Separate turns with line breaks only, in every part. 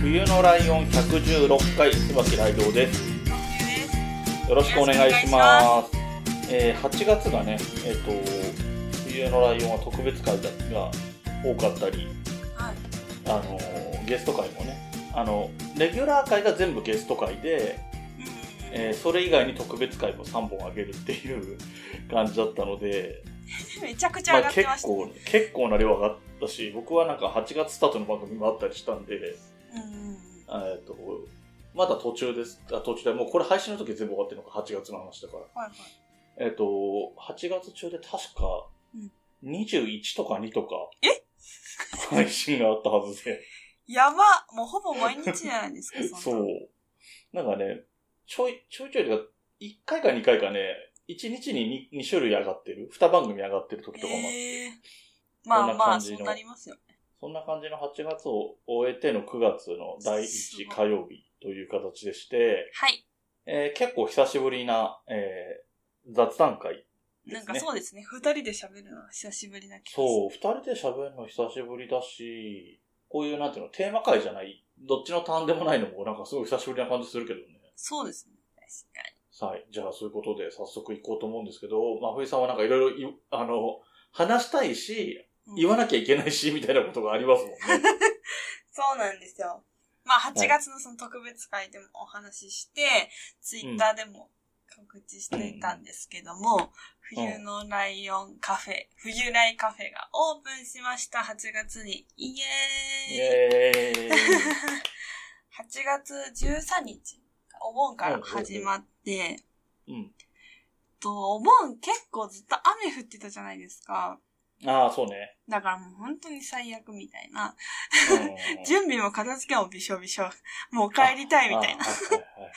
冬のライオン116回、椿ライドウです。よろしくお願いします。えー8月がね、えっ、と、冬のライオンは特別会が多かったり、
はい、
あのーゲスト会もね、あの、レギュラー会が全部ゲスト会で、えーそれ以外に特別会も3本あげるっていう感じだったので、
めちゃくちゃ
ま
上が
あ、
って
結
ました、
構、結構な量上がったし、僕はなんか8月スタートの番組もあったりしたんで、
うん
えっと、まだ途中です。あ途中で、もうこれ配信の時全部終わってるのか、8月の話だか
はいはい
ら。えっ、と、8月中で確か
うん、
21とか2とか、
え
配信があったはずで、
やばもうほぼ毎日じゃないですか、 そん
そう
な。。
なんかね、ちょい、ちょいちょいというか、1回か2回かね、1日に 2, 2種類上がってる、2番組上がってる時とかもあって、
えーまあ
こんな
まあ、
感じ
そ
の
うなりますよ。
そんな感じの8月を終えての9月の第
す
1
ごい
火曜日という形でして、
はい。
えー結構久しぶりな、えー雑談会ですね。
なんかそうですね。二人で喋るのは久しぶりな気がする。
そう、二人で喋るの久しぶりだし、こういうなんていうの、テーマ会じゃない、どっちのターンでもないのもなんかすごい久しぶりな感じするけどね。
そうですね。確か
はい。じゃあそういうことで早速行こうと思うんですけど、まあ、冬さんはなんかいろいろい、あの、話したいし、
に。
言わ
い。
なきゃいけないし、みたいなことがありますも んね。
そうなんですよ。まあ、8月のその特別会でもお話しして、ツイッターでも告知していたんですけども、冬のライオンカフェ、冬ライカフェがオープンしました、8月に。イエーイ
イエーイ
8月13日、お盆から始まって、
うん。
と、お盆結構ずっと雨降ってたじゃないですか。
ああ、そうね。
だからもう本当に最悪みたいな。
うん
準備も片付けもびしょびしょ。もう帰りたいみたいな。
あ。はいはいはい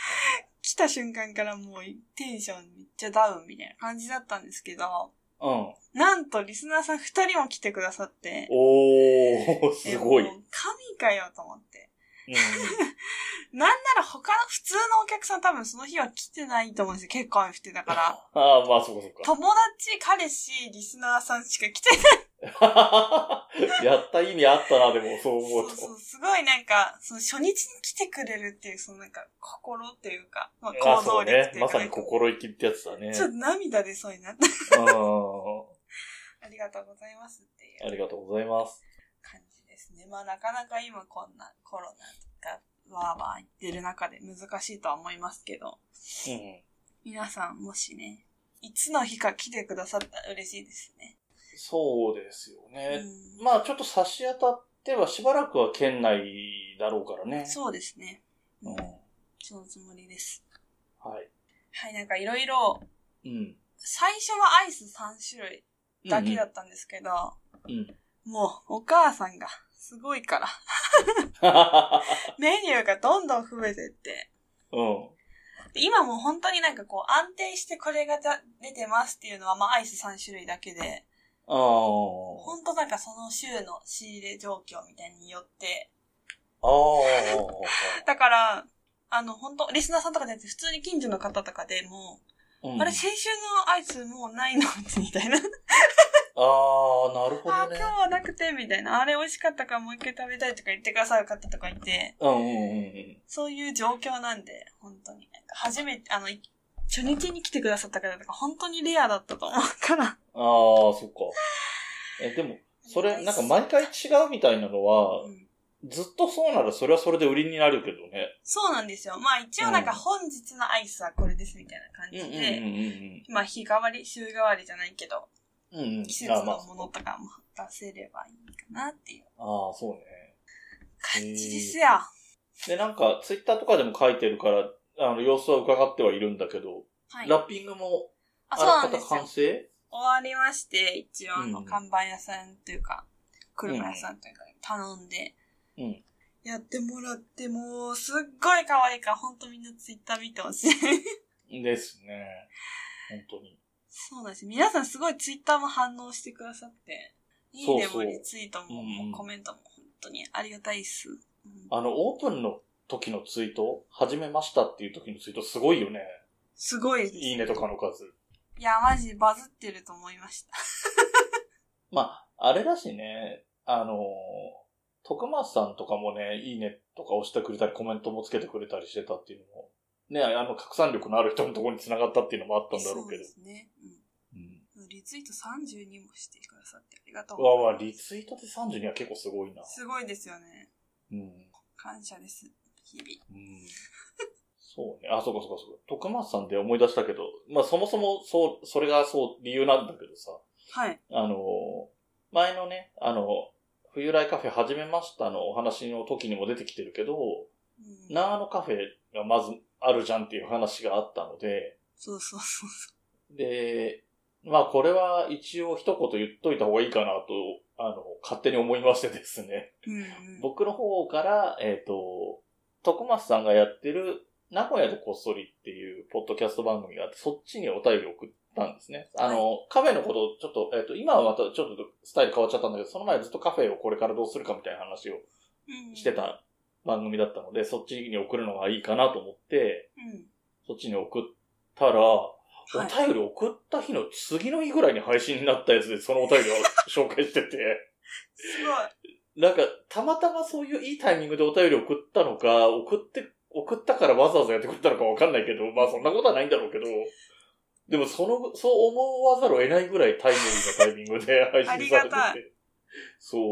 来た瞬間からもうテンションめっちゃダウンみたいな感じだったんですけど、
うん。
なんとリスナーさん二人も来てくださって、
おー、すごい。
え
うん
もう神かよと思って。なんなら他の普通のお客さん多分その日は来てないと思うんですよ。結構雨降ってた から。
ああ、まあ、そうかそうか。
友達、彼氏、リスナーさんしか来てない。
やった意味あったな、でも、そう思う
そう
と。
そう、すごいなんか、その初日に来てくれるっていう、そのなんか、心っていうか、まあ、
まあ
行
そ
動
う
力っ
ね
て。いう
ま
か、
さに心意気ってやつだね。
ちょっと涙出そうになった。
う
ありがとうございますってい
ん。あ
う
りがとうございます。
感じですね。まあなかなか今こんなコロナとかわーわー言ってる中で難しいとは思いますけど、
うん。
皆さんもしね、いつの日か来てくださったら嬉しいですね。
そうですよ
う
ね。
ん
まあ、ちょっと差し当たっては、しばらくは県内だろうからね。
そうですね。
う
うんん。そのつもりです。
は
はい、なんかいろいろ、
い。うん。
最初はアイス3種類だけだったんですけど、
うんうん。
もうお母さんがすごいから、メニューがどんどん増えてって、
うん。
今もう本当になんかこう安定してこれがだ出てますっていうのはまあアイス3種類だけで、
ああ。
本当なんかその週の仕入れ状況みたいによって、
ああ。
だから、あの本当、リスナーさんとかじゃなくて普通に近所の方とかでも
う
う、
ん
あれ先週のアイスもうないのみたいな。
ああ、なるほ
あ
ど、
今
ね
日。はなくてみたいな。あれ美味しかったからもう一回食べたいとか言ってくださる方とかいて、
うんうんうん
そういう状況なんで、本当に。なんか初めて、あの、い初日に来てくださった方とか本当にレアだったと思うから。
うん。ああ、そっか。え、でも、それ、なんか毎回違うみたいなのは
う、ん
ずっとそうならそれはそれで売りになるけどね。
そうなんですよ。まあ一応なんか
うん
本日のアイスはこれですみたいな感じで、まあ日替わり、週替わりじゃないけど、
うんうんうん。うんうん。
季節
あ
の
あまあ
ものとかも出せればいいかなっていう
ああ、そうね。
感じですよ。は
で、なんか、ツイッターとかでも書いてるから、あの、様子は伺ってはいるんだけど、
い。
ラッピングも、
あ、
あ
そう
ら
な
か
ん
た
ですよ
完。成
終わりまして、一応あ
う
の
ん
看板屋さんというか、車屋さんというか頼んで、
うん
やってもらって、もう、すっごい可愛いから、ほんとみんなツイッター見てほしい。
ですね。本当に。
そうなんです。皆さんすごいツイッターも反応してくださって、いいね
そうそ
も
う
リツイートも、
うんうん
コメントも本当にありがたいっす。うん
あの、オープンの時のツイート、始めましたっていう時のツイート、すごいよね。
すごいです。
いいねとかの数。
いや、マジバズってると思いました。
まあ、あれだしね、あの、徳松さんとかもね、いいねとか押してくれたり、コメントもつけてくれたりしてたっていうのも、ね、あの、拡散力のある人のところに繋がったっていうのもあったんだろうけど
で。すね。
うん。
うん。リツイート32もしてくださってありがとう
うわうわ、リツイートで32は結構すごいな。
すごいですよね。
うん。
感謝です。日々。
うんそうね。あ、そうかそうかそうか。徳松さんで思い出したけど、まあそもそもそう、それがそう、理由なんだけどさ、
はい。
あのー、前のね、あの、冬来カフェ始めましたのお話の時にも出てきてるけど、
うん、
長野カフェがまずあるじゃんっていう話があったので、
そうそうそうそ
で、まあこれは一応一言言っといた方がいいかなと、あの、勝手に思いましてですね。
う。うん、うん。
僕の方から、えっ、と、徳松さんがやってる、名古屋でこっそりっていうポッドキャスト番組があって、そっちにお便りを送ったんですね。あの、カフェのことをちょっと、えっ、と、今はまたちょっとスタイル変わっちゃったんだけど、その前ずっとカフェをこれからどうするかみたいな話を
うん
して。た番組だったので、そっちに送るのがいいかなと思って、
うん。
そっちに送ったら、お
はい。
便り送った日の次の日ぐらいに配信になったやつで、そのお便りを紹介して て。
すごい。
なんか、たまたまそういういいタイミングでお便り送ったのか、送って、送ったからわざわざやってくれたのかわかんないけど、まあそんなことはないんだろうけど、でもその、そう思わざるを得ないぐらいタイムリーなタイミングで配信さ
ありがた
れてて。そう。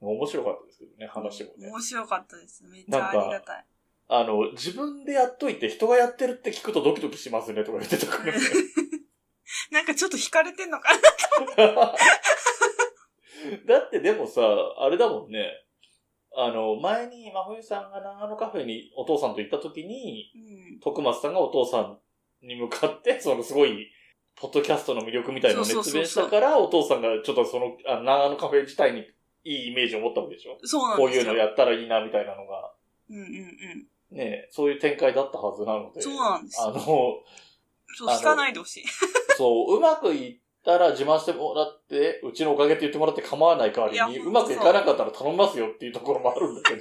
面白かったですけどね、話もね。
面白かったです。めっちゃありがたい。
あの、自分でやっといて人がやってるって聞くとドキドキしますねとか言ってたからね。
なんかちょっと惹かれてんのかな
だってでもさ、あれだもんね。あの、前に真冬さんが長野カフェにお父さんと行った時に、
うん。
徳松さんがお父さんに向かって、そのすごい、ポッドキャストの魅力みたいなのを
そうそ
熱
うそう
弁し
そう
たから、お父さんがちょっとその、あ長野カフェ自体にいいイメージを持ったわけでしょ
そうなん
こう
です
い
よ。
うのやったらいいな、みたいなのが。
うんうんうん。
ねそういう展開だったはずなので。
そうなんですよ
あの、
そう、
あの
聞かないでほしい。
そう、うまくいったら自慢してもらって、うちのおかげって言ってもらって構わない代わり
いや
に、うまくいかなかったら頼みますよっていうところもあるんだけど。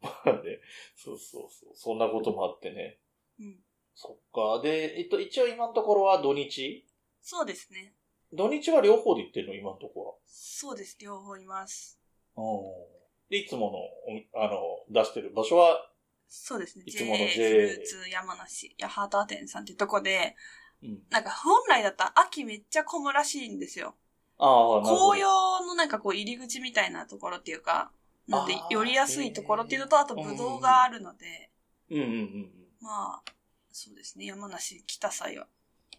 う
なんで、そうそうそう。そんなこともあってね。
んうん
そっか。で、えっと、一応今のところは土日
そうですね。
土日は両方で行ってるの、今のとこ
そうです。両方います。
ろは。うん。で、いつもの、おあの、出してる場所は、
そうですね。
いつもの
JA フ
JA
ルーツ山梨、八幡店さんっていうとこで、
うん。
なんか本来だったら秋めっちゃ混むらしいんですよ。
ああ、なるほど。
紅葉のなんかこう入り口みたいなところっていうか、なんで
あー
寄りやすいところっていうのと、あとブドウがあるので、
うんうんうん
まあ、そうですね。山梨来た際は。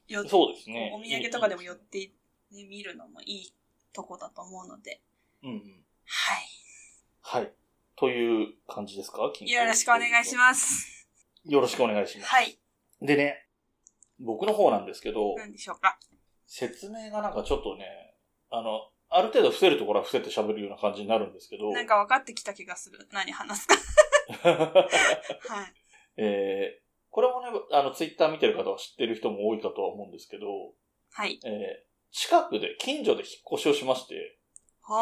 よ
うん。そうですね。
お土産とかでも寄って、ね、見るのもいいとこだと思うので。
うんうん。
はい。
はい。という感じですかよ
よろしくお願いします。
す。よろしくお願いします。
はい。
でね、僕の方なんですけど、
何でしょうか。
説明がなんかちょっとね、あの、ある程度伏せるところは伏せて喋るような感じになるんですけど、
なんか分かってきた気がする。何話すか。はい。
えーこれもね、あの、ツイッター見てる方は知ってる人も多いかとは思うんですけど、
はい。
えー近くで、近所で引っ越しをしまして、
ほう。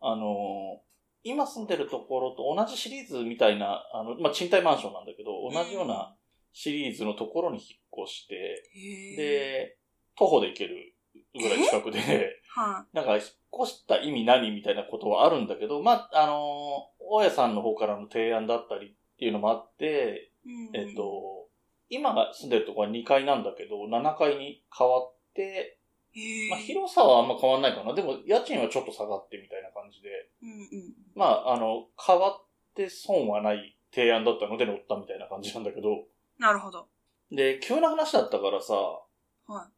あのー今住んでるところと同じシリーズみたいな、あの、まあ、賃貸マンションなんだけど、同じようなシリーズのところに引っ越して、
へえ。、
で、徒歩で行けるぐらい近くで、
は
なんか、引っ越した意味何みたいなことはあるんだけど、まあ、あのー大家さんの方からの提案だったりっていうのもあって、
い。うん
えっと、今が住んでるとこは2階なんだけど、7階に変わって、
へえ。
まあ、広さはあんま変わんないかな。でも、家賃はちょっと下がってみたいな感じで、
うんうん。
まあ、あの、変わって損はない提案だったので乗ったみたいな感じなんだけど、
なるほど。
で、急な話だったからさ、
は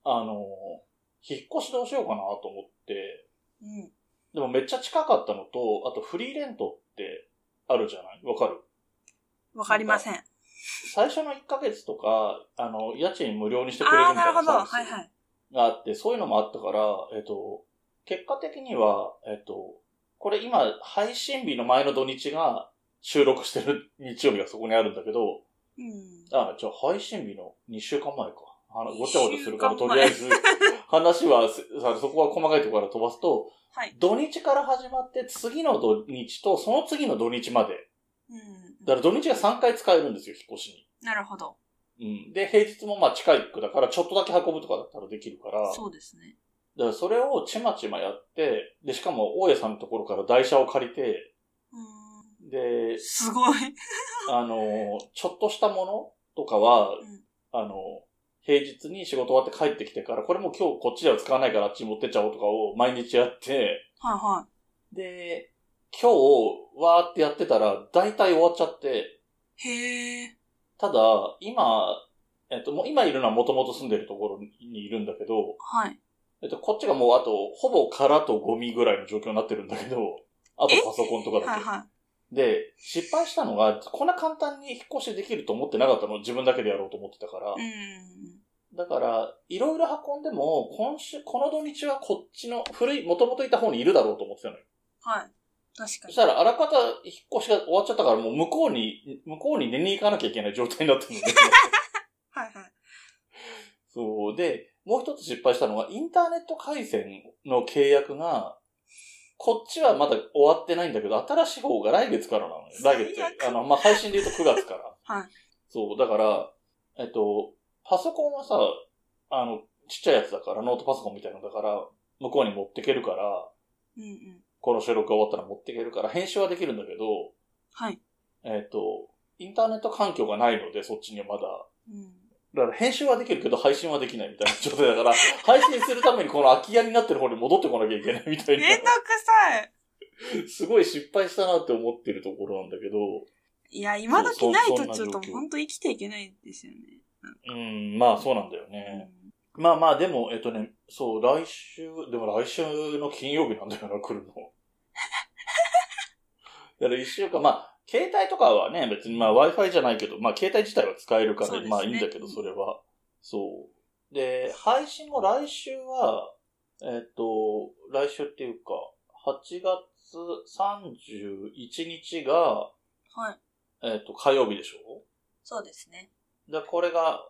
あのー引っ越しどうしようかなと思って、
い。うん。
でもめっちゃ近かったのと、あとフリーレントってあるじゃないわかる
わかりません。
最初の1ヶ月とか、あの、家賃無料にしてく
あ
れる
あ、
み
な
た
いる
な
ほど。
サービ
はいは
ス
い。
があって、そういうのもあったから、えっと、結果的には、えっと、ここれ今、配信日の前の土日が収録してる日曜日がそこにあるんだけど、
うん。
あ、じゃあ配信日の2週間前か。あの、
2
ごちゃごちゃするから、
週間
と
前
りあえず、話はす、さそこは細かいところから飛ばすと、
はい。
土日から始まって、次の土日と、その次の土日まで。
うん。
だから土日が3回使えるんですよ、引っ越し
なるほど。
に。うん。で、平日もまあ近い区だから、ちょっとだけ運ぶとかだったらできるから、
そうですね。
だからそれをちまちまやって、で、しかも大家さんのところから台車を借りて、
う
で
ん。、すごい。
あの、ちょっとしたものとかは、
うん
あの、平日に仕事終わって帰ってきてから、これも今日こっちでは使わないからあっちに持ってっちゃおうとかを毎日やって、
はいは
で、今日、わーってやってたら、大体終わっちゃって、
い。へえ。
ただ、今、えっと、もう今いるのはもともと住んでるところにいるんだけど、
はい。
えっと、こっちがもうあと、ほぼ空とゴミぐらいの状況になってるんだけど、あと
え
パソコンとかだけ。
はいは
で、失敗したのが、こんな簡単に引っ越しできると思ってなかったの、自分だけでやろうと思ってたから。
い。うん。
だから、いろいろ運んでも、今週、この土日はこっちの、古い、もともといた方にいるだろうと思ってたのよ。
はい。確か
そし
に。
たら、あらかた引っ越しが終わっちゃったから、もう向こうに、向こうに寝に行かなきゃいけない状態になってるので。
はいはい。
そう。で、もう一つ失敗したのは、インターネット回線の契約が、こっちはまだ終わってないんだけど、新しい方が来月からなのよ。来月
最。悪
あの、まあ、配信で言うと9月から。
はい。
そう、だから、えっと、パソコンはさ、あの、ちっちゃいやつだから、ノートパソコンみたいなのだから、向こうに持ってけるから、
うんうん。
この収録が終わったら持ってけるから、編集はできるんだけど、
はい。
えっと、インターネット環境がないので、そっちにはまだ。
うん。
だから編集はできるけど配信はできないみたいな状態だから、配信するためにこの空き家になってる方に戻ってこなきゃいけないみた い
めんどく
な、
さい。
すごい失敗したなって思ってるところなんだけど、
いや、今時ないとちょっ
そ
と
うそんな状況
本当生きていけないですよね。
うん、まあそうなんだよね。
う
まあまあでも、えっとね、そう、来週、でも来週の金曜日なんだよな、来るの。 だから一週間、まあ、携帯とかはね、別にまあ Wi-Fi じゃないけど、まあ携帯自体は使えるから、
そうですね
まあいいんだけど、それは。そう。で、配信も来週は、えっと、来週っていうか、8月31日が、
んはい。
えっと、火曜日でしょ
そうですね。
で、これが、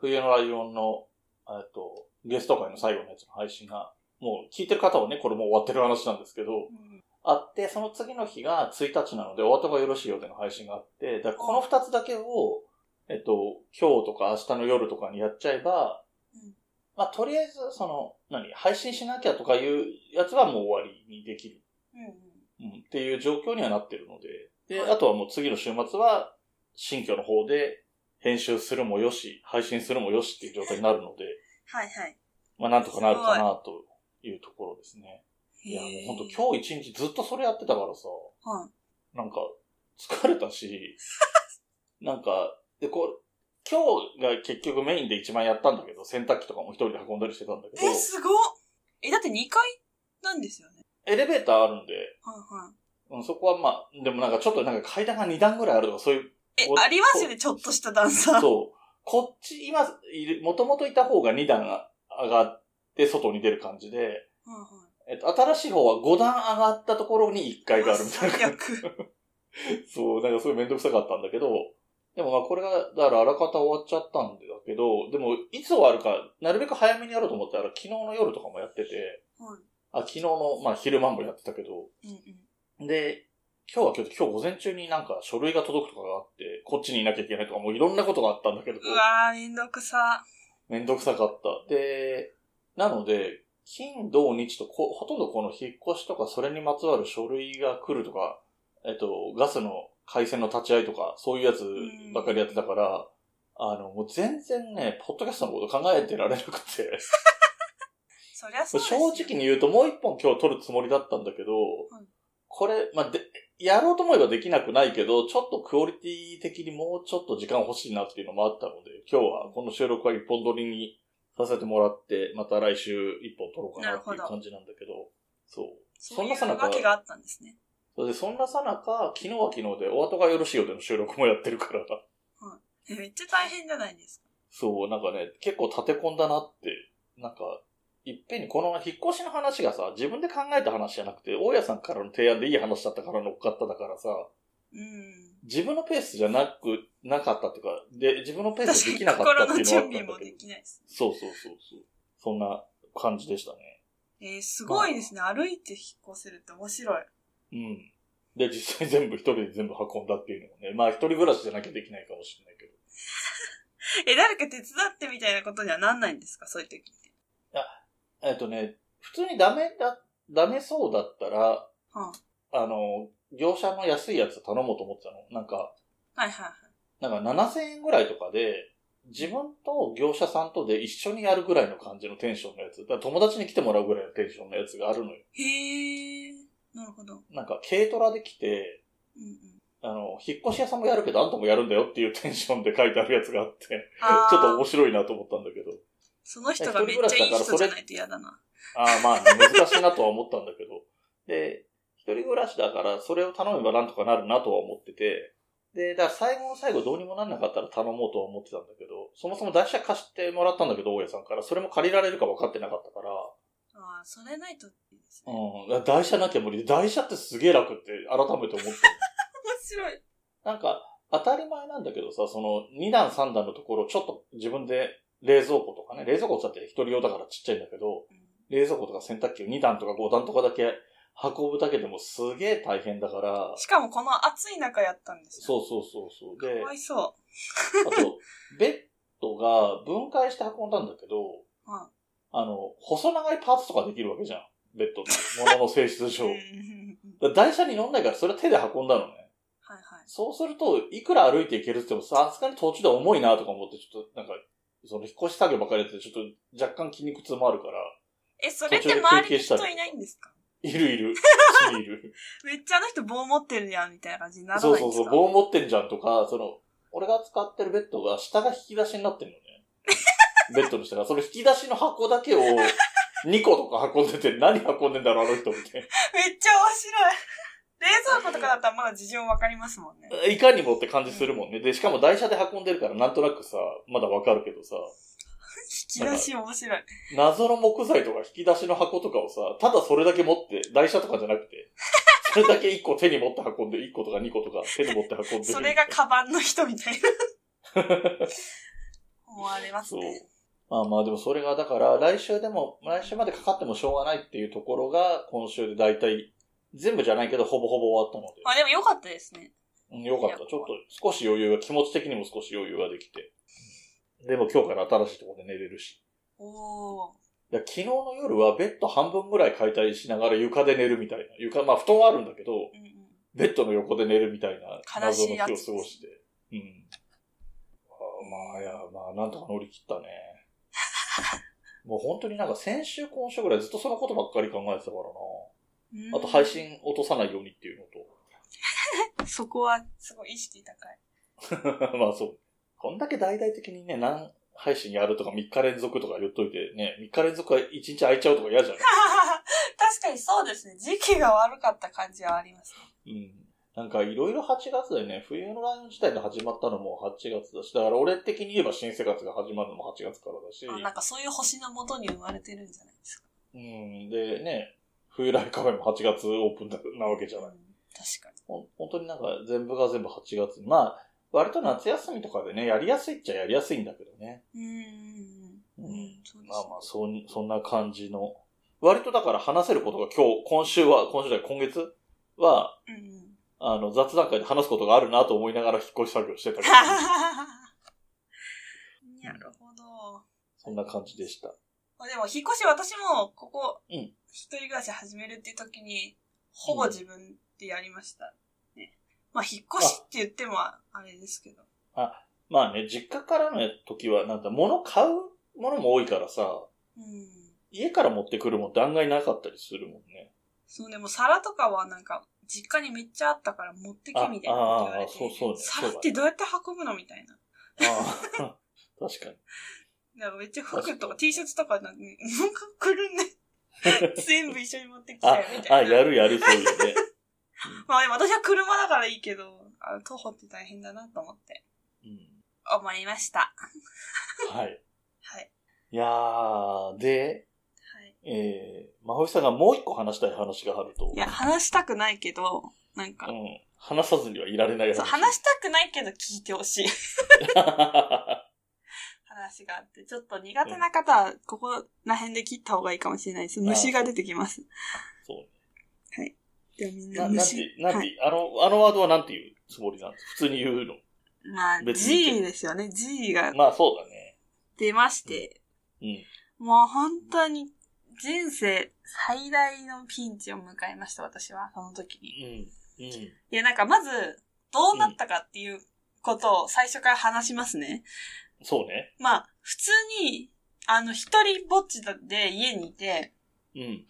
冬のライオンの、えっと、ゲスト会の最後のやつの配信が、もう聞いてる方はね、これもう終わってる話なんですけど、あって、その次の日が1日なので、終わった方がよろしいよでの配信があって、だからこの2つだけを、えっと、今日とか明日の夜とかにやっちゃえば、
うん
まあ、とりあえず、その、何、配信しなきゃとかいうやつはもう終わりにできる、
うんうん。
うん、っていう状況にはなってるので、
は
で、
い
あとはもう次の週末は、新居の方で、編集するもよし、配信するもよしっていう状態になるので、
はいはい。
まあ、なんとかなるかなというところですね。いや、もう
へー
本当今日一日ずっとそれやってたからさ、
はい。
なんか、疲れた し、なんか、で、こう、今日が結局メインで一番やったんだけど、洗濯機とかも一人で運んだりしてたんだけど
え、、すごっえ、だって2階なんですよね。
エレベーターあるんで、
はいはい。
うん、そこはまあ、でもなんかちょっとなんか階段が2段ぐらいあるとか、そういう、
え
こ、
ありますよね、ちょっとした段 差。
そう、こっち、今いる、もともといた方が2段上がって外に出る感じで、
はいはい
えっと、新しい方は5段上がったところに1階があるみたいな
最悪。
そう、なんかすごいめんどくさかったんだけど、でもまあこれが、だからあらかた終わっちゃったんだけど、でもいつ終わるか、なるべく早めにやろうと思ったら、昨日の夜とかもやってて、
は
あ、昨日の、まあ昼間もやってたけど、
い。うんうん。
で、今日は今日、今日午前中になんか書類が届くとかがあって、こっちにいなきゃいけないとか、もういろんなことがあったんだけど、
うわー、めんどくさ。
めんどくさかった。で、なので、金、土、日とこ、ほとんどこの引っ越しとか、それにまつわる書類が来るとか、えっと、ガスの回線の立ち会いとか、そういうやつばっかりやってたから、あの、もう全然ね、ポッドキャストのこと考えてられなくて、
そりゃそうです
正
よ。
直に言うともう一本今日撮るつもりだったんだけど、
はい
これ、まあ、で、やろうと思えばできなくないけど、ちょっとクオリティ的にもうちょっと時間欲しいなっていうのもあったので、今日はこの収録は一本撮りにさせてもらって、また来週一本撮ろうかなってい
なる
う
ほど
感じなんだけど、そう。
そうい
そんな
うわけがあったんですね。
それで、そんなさなか、昨日は昨日で、お後がよろしいようでの収録もやってるから、
えめっちゃ大変じゃないですか。
そう、なんかね、結構立て込んだなって、なんか、いっぺんにこの引っ越しの話がさ、自分で考えた話じゃなくて、大家さんからの提案でいい話だったから乗っかっただからさ、
うん。
自分のペースじゃなく、なかったっていうか、で、自分のペースでできなかっ
心
たっ
の
ていうの
準
はあったん
備
だけど
もできないです。
そうそうそうそう。そんな感じでしたね。
えー、すごいですね。歩いて引っ越せるって面白い。
うん。で、実際全部一人で全部運んだっていうのもね。まあ一人暮らしじゃなきゃできないかもしれないけど。
え、誰か手伝ってみたいなことにはなんないんですかそういう時って。
えっとね、普通にダメだ、ダメそうだったら、
は
あの、業者の安いやつ頼もうと思ってたの。なんか、
はいはいはい。
なんか7000円ぐらいとかで、自分と業者さんとで一緒にやるぐらいの感じのテンションのやつ。だから友達に来てもらうぐらいのテンションのやつがあるのよ。
へえ、なるほど。
なんか軽トラで来て、
うんうん。
あの、引っ越し屋さんもやるけど、あんたもやるんだよっていうテンションで書いてあるやつがあって。
あ
ちょっと
ー
面白いなと思ったんだけど。
その人がめっちゃいい人じゃないと嫌だな。
ああ、まあ、難しいなとは思ったんだけど。で、一人暮らしだから、それを頼めばなんとかなるなとは思ってて、で、だから最後の最後どうにもなんなかったら頼もうとは思ってたんだけど、そもそも台車貸してもらったんだけど、大家さんから、それも借りられるか分かってなかったから、
ああ、それないといいですね。面
うん、だから台車なきゃ無理で、台車ってすげえ楽って改めて思って。
白い。
なんか、当たり前なんだけどさ、その、2段3段のところ、ちょっと自分で冷蔵庫とかね、冷蔵庫だって一人用だからちっちゃいんだけど、
うん
冷蔵庫とか洗濯機を2段とか5段とかだけ運ぶだけでもすげえ大変だから、
しかもこの暑い中やったんですよ。
そうそうそうそう。で、
かわいそ
あと、ベッドが分解して運んだんだけど、
う。は
あの、細長いパーツとかできるわけじゃん。ベッドのものの性質
い。う
上
んうん。うん
だから台車に乗んないからそれは手で運んだのね。
はいはい。
そうすると、いくら歩いていけるって言っても、さすがに途中で重いなとか思って、ちょっとなんか、その引っ越し作業ばっかりやってて、ちょっと若干筋肉痛もあるから、
え、それって周りに人いないんですか
いるい る、死にいる。
めっちゃあの人棒持ってるやんみたいな感じにならない
そ
ん
う
です
そ
か
うそう、棒持ってんじゃんとか、その、俺が使ってるベッドが下が引き出しにな ってるのね。ベッドの下が。その引き出しの箱だけを2個とか運んでて、何運んでんだろう、あの人みたい
めっちゃ面白い。 冷蔵庫とかだったらまだ事情わかりますもんね。
な。いかにもって感じするもんね。で、しかも台車で運んでるから、なんとなくさ、まだわかるけどさ、
引き出し面白い。
謎の木材とか引き出しの箱とかをさ、ただそれだけ持って、台車とかじゃな くて、それだけ1個手に持って運んで、1個とか2個とか手に持って運んでる。
それがカバンの人みたいな。 思われますね。
まあまあでもそれがだから来週でも、来週までかかってもしょうがないっていうところが今週で大体全部じゃないけどほぼほぼ終わったので
まあでも良かったですね。
うん、よかった。ちょっと少し余裕が、気持ち的にも少し余裕ができて。でも今日から新しいところで寝れるし。
おー。
だから昨日の夜はベッド半分ぐらい解体しながら床で寝るみたいな。床、まあ布団はあるんだけど、
うんうん
ベッドの横で寝るみたいな
悲
謎
し
の
い
日を過
やつ
ごして。うん。あーまあ、いや、まあ、なんとか乗り切 ったね。もう本当になんか先週今週ぐらいずっとそのことばっかり考えてたから
うん
な。あと配信落とさないようにっていうの
そこは、すごい意識高い。
と。 まあそう。こんだけ大々的にね、何配信やるとか3日連続とか言っといてね、3日連続は1日空いちゃうとか嫌じゃない
確かにそうですね。時期が悪かった感じはあります。
うん。なんかいろいろ8月でね、冬のライオン自体が始まったのも8月だし、だから俺的に言えば新生活が始まるのも8月からだし。
あなんかそういう星のもとに生まれてるんじゃないですか。
うん、でね、冬来カフェも8月オープンだなわけじゃ
うん
ない。
確かに。
ほん本当になんか全部が全部8月に。まあ、割と夏休みとかでね、やりやすいっちゃやりやすいんだけどね。
うーん。
う
うんん、そうですね
まあまあ、そん、そんな感じの。割とだから話せることが今日、今週は、今週じゃない今月は、
うんうん。
あの、雑談会で話すことがあるなと思いながら引っ越し作業してたけど、
なるほど。
そんな感じでした。
まあでも、引っ越し私も、ここ、
うん
一人暮らし始めるっていう時に、ほぼ自分でやりました。ね。まあ、引っ越しって言っても、あれですけど。
まあね、実家からの時は、なんか物買うものも多いからさ、
うん。
家から持ってくるもんって案外なかったりするもんね。
そう、でも皿とかはなんか、実家にめっちゃあったから持ってきみたいなこと言われて。
あああそうそうね
皿ってどうやって運ぶのみたいな。
ああ、確かに。
なんかめっちゃ
確
服
か
と
に
か T シャツとかなんか、なんかくるん で、全部一緒に持ってきちゃうみ
あ、
たいな。
やるやる、そういうね。
まあでも私は車だからいいけど、あの徒歩って大変だなと思って、
うん、
思いました。
はい。
はい。
いやー、で、
は
えー、まほいさんがもう一個話したい話があると。
いや、話したくないけど、なんか
う、ん。話さずにはいられない
そう、
話。
話したくないけど聞いてほしい 話があって、ちょっと苦手な方は、ここら辺で切った方がいいかもしれないです。虫が出てきます。
そう
でもみんな
ななんて
虫。、
なんて、
はい、
あの、あのワードはなんていうつもりなんですか普通に言うの。
まあ、
別に
G ですよね。G が
まあそうだね。
出まして、
うん。
もう本当に人生最大のピンチを迎えました、私は、その時に。
うん。うん。
いや、なんかまず、どうなったかっていうことを最初から話しますね。
そうね。
まあ、普通に、あの、一人ぼっちだって家にいて、
うん。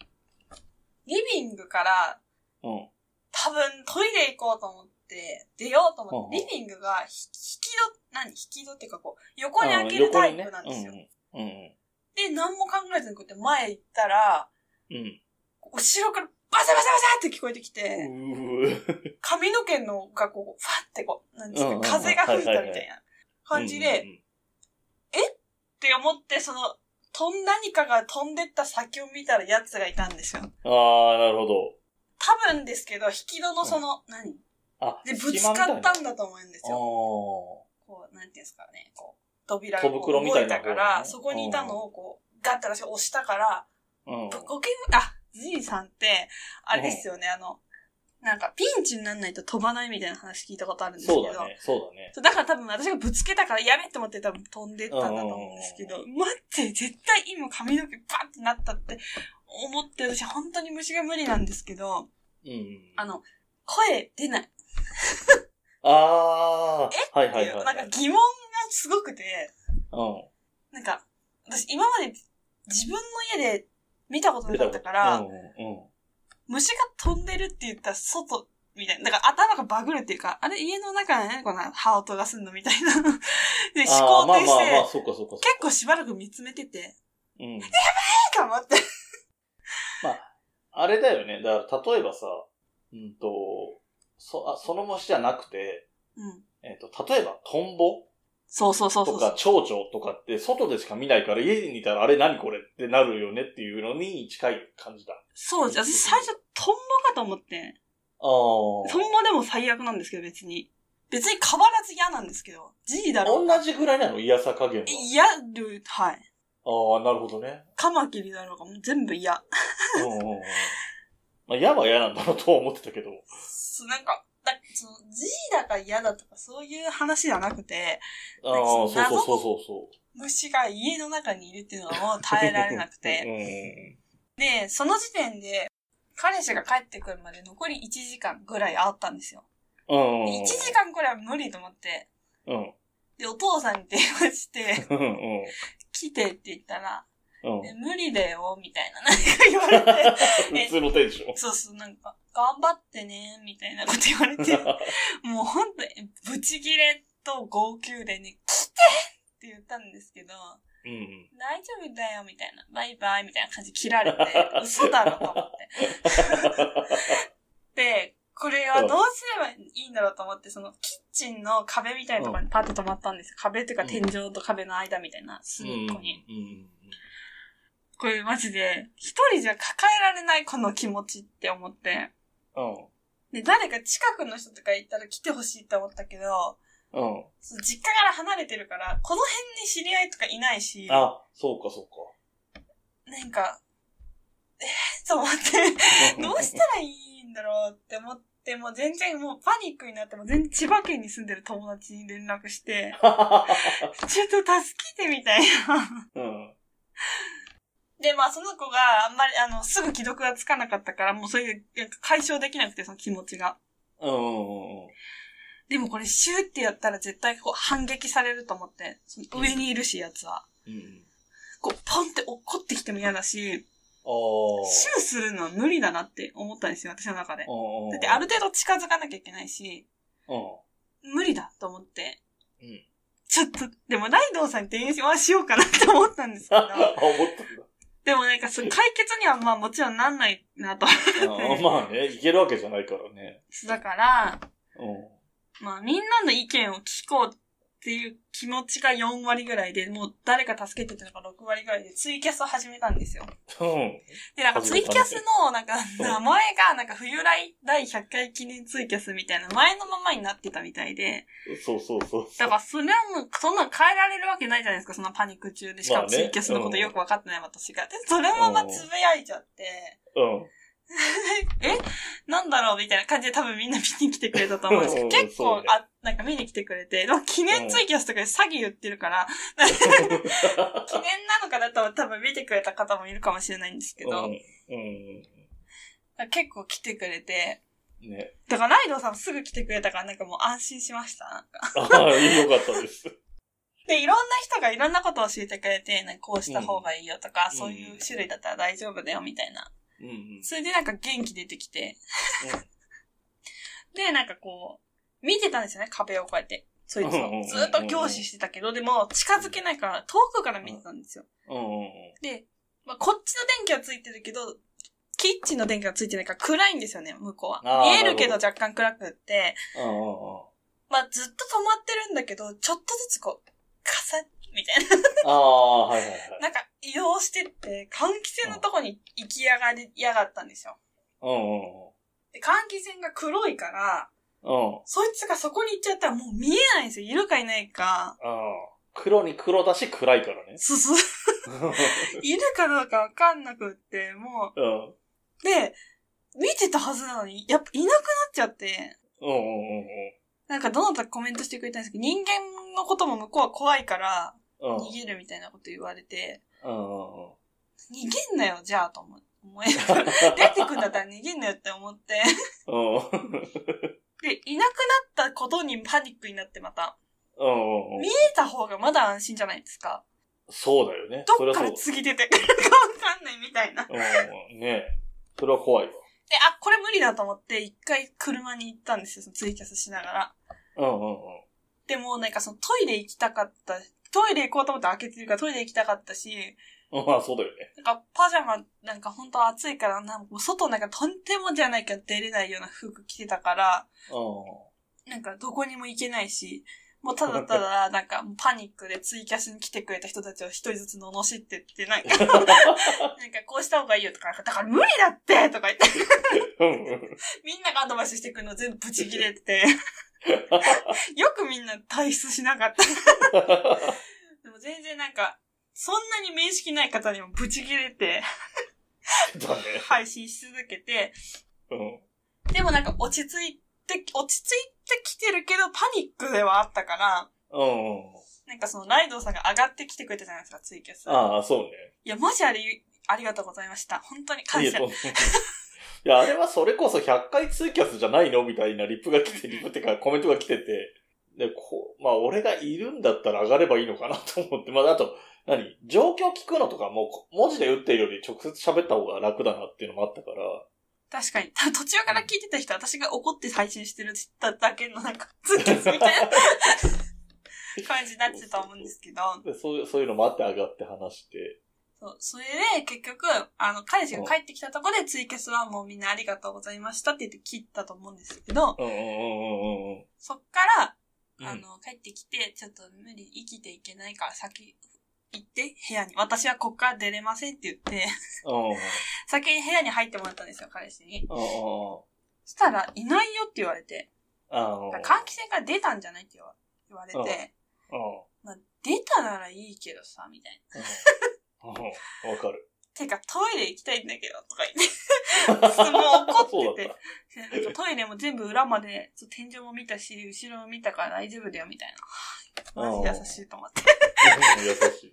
リビングから
うん。
多分トイレ行こうと思って、出ようと思って、
う
リ
ん
ビングがひ引き戸、何引き戸っていうかこう、横に開けるタイプなんですよ。
うん。うん。
で、何も考えずにこうやって前行ったら、
うん。
後ろからバサバサバサって聞こえてきて、
うー
髪の毛のがこう、ファってこう、なんです
うんう
か、
んうん
風が吹いたみた
はいはい
いな感じで、っ。て思って、その、飛ん何かが飛んでった先を見たら奴がいたんですよ。
うんああ、なるほど。
多分ですけど、引き戸のその、何
あ、
で、ぶつか
隙間
っ
みいな
たんだと思うんです
あ
よ。
ー
こう、なんていうんですかね、こう、扉がこ
戸
う
袋みたい
動
な
いたか
方
ら、
ね
そこにいたのをこう、ガッて私が押したから、
うん。
ごけん、あ、じいさんって、あれですよね、あの、なんか、ピンチにならないと飛ばないみたいな話聞いたことあるんですけど、
そうだね、そうだね。
そうだから多分私がぶつけたからやめって思って多分飛んでったんだと思うんですけど、待って、絶対今髪の毛バッてなったって思って、私本当に虫が無理なんですけど、
うん。
あ、の、声出ない。
ああ、はい
って
はいいうはい。
なんか疑問がすごくて、
う
なんか、私今まで自分の家で見たこと
ん。
なかったか
う
ら
ん、うん。
虫が飛んでるって言ったら外、みたいな。なんか頭がバグるっていうか、あれ家の中でね、こんな羽音がすんのみたいな。で、
あ
思
ー
考停止
まあまあまあ、
で、
そうかそうかそうか。
結構しばらく見つめてて、
うん。
頑張って。
あれだよね。だから、例えばさ、うんと、そ、あ、その虫じゃなくて、
うん。
えっ、と、例えば、トンボ
そうそうそうそ
と
うそ
か
う。、
蝶々とかって、外でしか見ないから、家にいたら、あれ何これってなるよねっていうのに近い感じだ。
そうです。私最初、トンボかと思って。
ああ。
トンボでも最悪なんですけど、別に。別に変わらず嫌なんですけど。G だろう。
同じぐらいなの嫌さ加減は。
嫌る、はい。
ああ、なるほどね。
カマキリだろうが、もう全部嫌。
うんうんうん。まあ、嫌は嫌なんだろうとは思ってたけど。
そう、なんか、だその G だから嫌だとか、そういう話じゃなくて、
ああ、そうそうそうそうそ
虫が家の中にいるっていうのがもう耐えられなく
う。う
て。で、その時点で、彼氏が帰ってくるまで残り1時間ぐらいあったんですよ。
んうんうん。うん。
1時間くらいは無理と思って。
うん。
で、お父さんに電話して、
うんうん。
来てって言ったら、
うん。
え無理だよ、みたいな、なんか言われて、
普通のテンション。
そうそう、なんか、頑張ってね、みたいなこと言われ て、もうほんと、ブチギレと号泣でね、来てって言ったんですけど、
うん。
大丈夫だよ、みたいな、バイバイ、みたいな感じで切られて、嘘だろ、と思って。 で、これはどうすればいいんだろうと思って、その、キッチンの壁みたいなところにパッと止まったんですよ。壁っていうか
うん
天井と壁の間みたいな
う
隅っ
ん。
こに。
うん。
これマジで、一人じゃ抱えられないこの気持ちって思って。
うん。
で、誰か近くの人とかいたら来てほしいって思ったけど、
うん。
その実家から離れてるから、この辺に知り合いとかいないし、な
あ、そうかそう
なんか、えー、と思 って、
か。
どうしたらいいんだろうって思って、もう全然もうパニックになって、もう全然千葉県に住んでる友達に連絡して、ちょっと助けてみたいな。
うん。
で、まあその子があんまり、あの、すぐ既読がつかなかったから、もうそれで解消できなくて、その気持ちが。
うん。
でもこれシューってやったら絶対こう反撃されると思って、その上にいるし、やつは。
うん。
こう、ポンって落っこってきても嫌だし、
ああ。
シューするのは無理だなって思ったんですよ、私の中で。
うん。
だってある程度近づかなきゃいけないし、
う
無理だと思って。
うん
ちょっと、でもライドウさんに電話しようかなって思ったんですけ
ん。
ど、
あ、思ったんだ。
でもなんかそう解決にはまあもちろんなんないなと。
あまあね、いけるわけじゃないからね。
だから、
うん。
まあみんなの意見を聞こうっていう気持ちが4割ぐらいで、もう誰か助けてっていうのが6割ぐらいでツイキャスを始めたんですよ。
うん。
で、なんかツイキャスの、なんか
うん
名前が、なんか冬来第100回記念ツイキャスみたいな前のままになってたみたいで、
そうそうそう。
だからそれはもう、そんなの変えられるわけないじゃないですか、そんなパニック中で。しか
ま
も
あね
ツイキャスのことよくわかってない私が。で、それもまあつぶやいちゃって、
うん。
えなんだろうみたいな感じで多分みんな見に来てくれたと思うんですけど、
うん
結構
そう、ね
あ、なんか見に来てくれて、でも記念ツイキャスとかで詐欺言ってる から、記念なのかなとは多分見てくれた方もいるかもしれないんですけど、
う
だか
ん。うん
ら結構来てくれて、
ね。
だからライドさんすぐ来てくれたからなんかもう安心しました。なんか
ああ、よかったです。
で、いろんな人がいろんなことを教えてくれて、なんかこうした方がいいよとか、
うん
そういう種類だったら大丈夫だよみたいな。
うんうん。
それでなんか元気出てきて
う。
で、なんかこう、見てたんですよね、壁をこうやって。そいつを
うんうんうんうん
ずっと凝視してたけど、でも近づけないから、遠くから見てたんですよ。
うんうんうん。
で、まあ、こっちの電気はついてるけど、キッチンの電気がついてないから暗いんですよね、向こうは。
あー
見えるけど
なるほど
若干暗くって、
うんうんうん。
まあ、ずっと止まってるんだけど、ちょっとずつこう、カサッみたいな。
ああ、はいはいはい。
なんか、移動してって、換気扇のとこに行きやがり、やがったんですよ。
う
で、換気扇が黒いから、
んうんうん。うん。
そいつがそこに行っちゃったらもう見えないんですよ。いるかいないか。
ああ。黒に黒だし暗いからね。
す す、いるかどうかわかんなくって、も
うん。
う。で、見てたはずなのに、やっぱいなくなっちゃって、
うんうんうん
なんかどなたかコメントしてくれたんですけど、人間のことも向こうは怖いから、
うん。うん。
逃げるみたいなこと言われて、
うんうんうん。
逃げんなよ、じゃあ、と思う思い ながら出てくんだったら逃げんなよって思って。
うん。
で、いなくなったことにパニックになってまた。
うんうん。
出た方がまだ安心じゃないですか。
そうだよね。そ
ど
れ
っ
は
か
そう
ら
だ。
次出てくるかわかんないみたいな。で、
うん。ねえ。それは怖いわ。
あ、これ無理だと思って、一回車に行ったんですよ、そのツイキャスしながら。
うんうん
でも、なんかそのトイレ行きたかった、トイレ行こうと思って開けてるからトイレ行きたかったし、
うん。まあそうだよね。
なんかパジャマなんか本当暑いから、なんかもう外なんかとんでもじゃないけど出れないような服着てたから、
う
なんかどこにも行けないし、もうただただ、なんかパニックでツイキャスに来てくれた人たちを一人ずつ罵ってって、なんか、なんかこうした方がいいよとか、だから無理だってとか言って、
ん。うんうん。
みんながアドバイスしてくるの全部ブチ切れて、よくみんな退出しなかった。 でも全然なんか、そんなに面識ない方にもブチ切れて、
だね。
配信し続けて、
うん。
でもなんか落ち着いて、落ち着いてきてるけどパニックではあったから、
うんうん。
なんかそのライドウさんが上がってきてくれたじゃないですか、ツイキャス。
ああ、そうね。
いや、マジあり、ありがとうございました。本当に感
いや
謝。
とんでもないいや、あれはそれこそ100回ツイキャスじゃないのみたいなリップが来て、リップってかコメントが来てて、で、こう、まあ俺がいるんだったら上がればいいのかなと思って、まああと、何状況聞くのとかもこ文字で打っているより直接喋った方が楽だなっていうのもあったから、
確かに。た途中から聞いてた人、私が怒って配信してるだだけのなんか、ツイキャスみたいな 感じになってたと思うんですけど、
でそういう、そういうのもあって上がって話して、
そう。それで、結局、あの、彼氏が帰ってきたとこでツイキャスはもうみんなありがとうございましたって言って切ったと思うんですけど、
うんうんうんうんうん
そっから、
うん。
あの、帰ってきて、ちょっと無理、生きていけないから先行って、部屋に。私はここから出れませんって言って、
うんうん
先に部屋に入ってもらったんですよ、彼氏に。
うんうんうん。
そしたら、いないよって言われて、
あの、
換気扇から出たんじゃないって言わ言われて、
うん
まあ、出たならいいけどさ、みたいな。
うん。うんわかる。
てか、トイレ行きたいんだけど、とか言って。もう怒ってて。なんかトイレも全部裏まで、そう天井も見たし、後ろも見たから大丈夫だよ、みたいな。
うん
マジ優しいと思って。
うん優し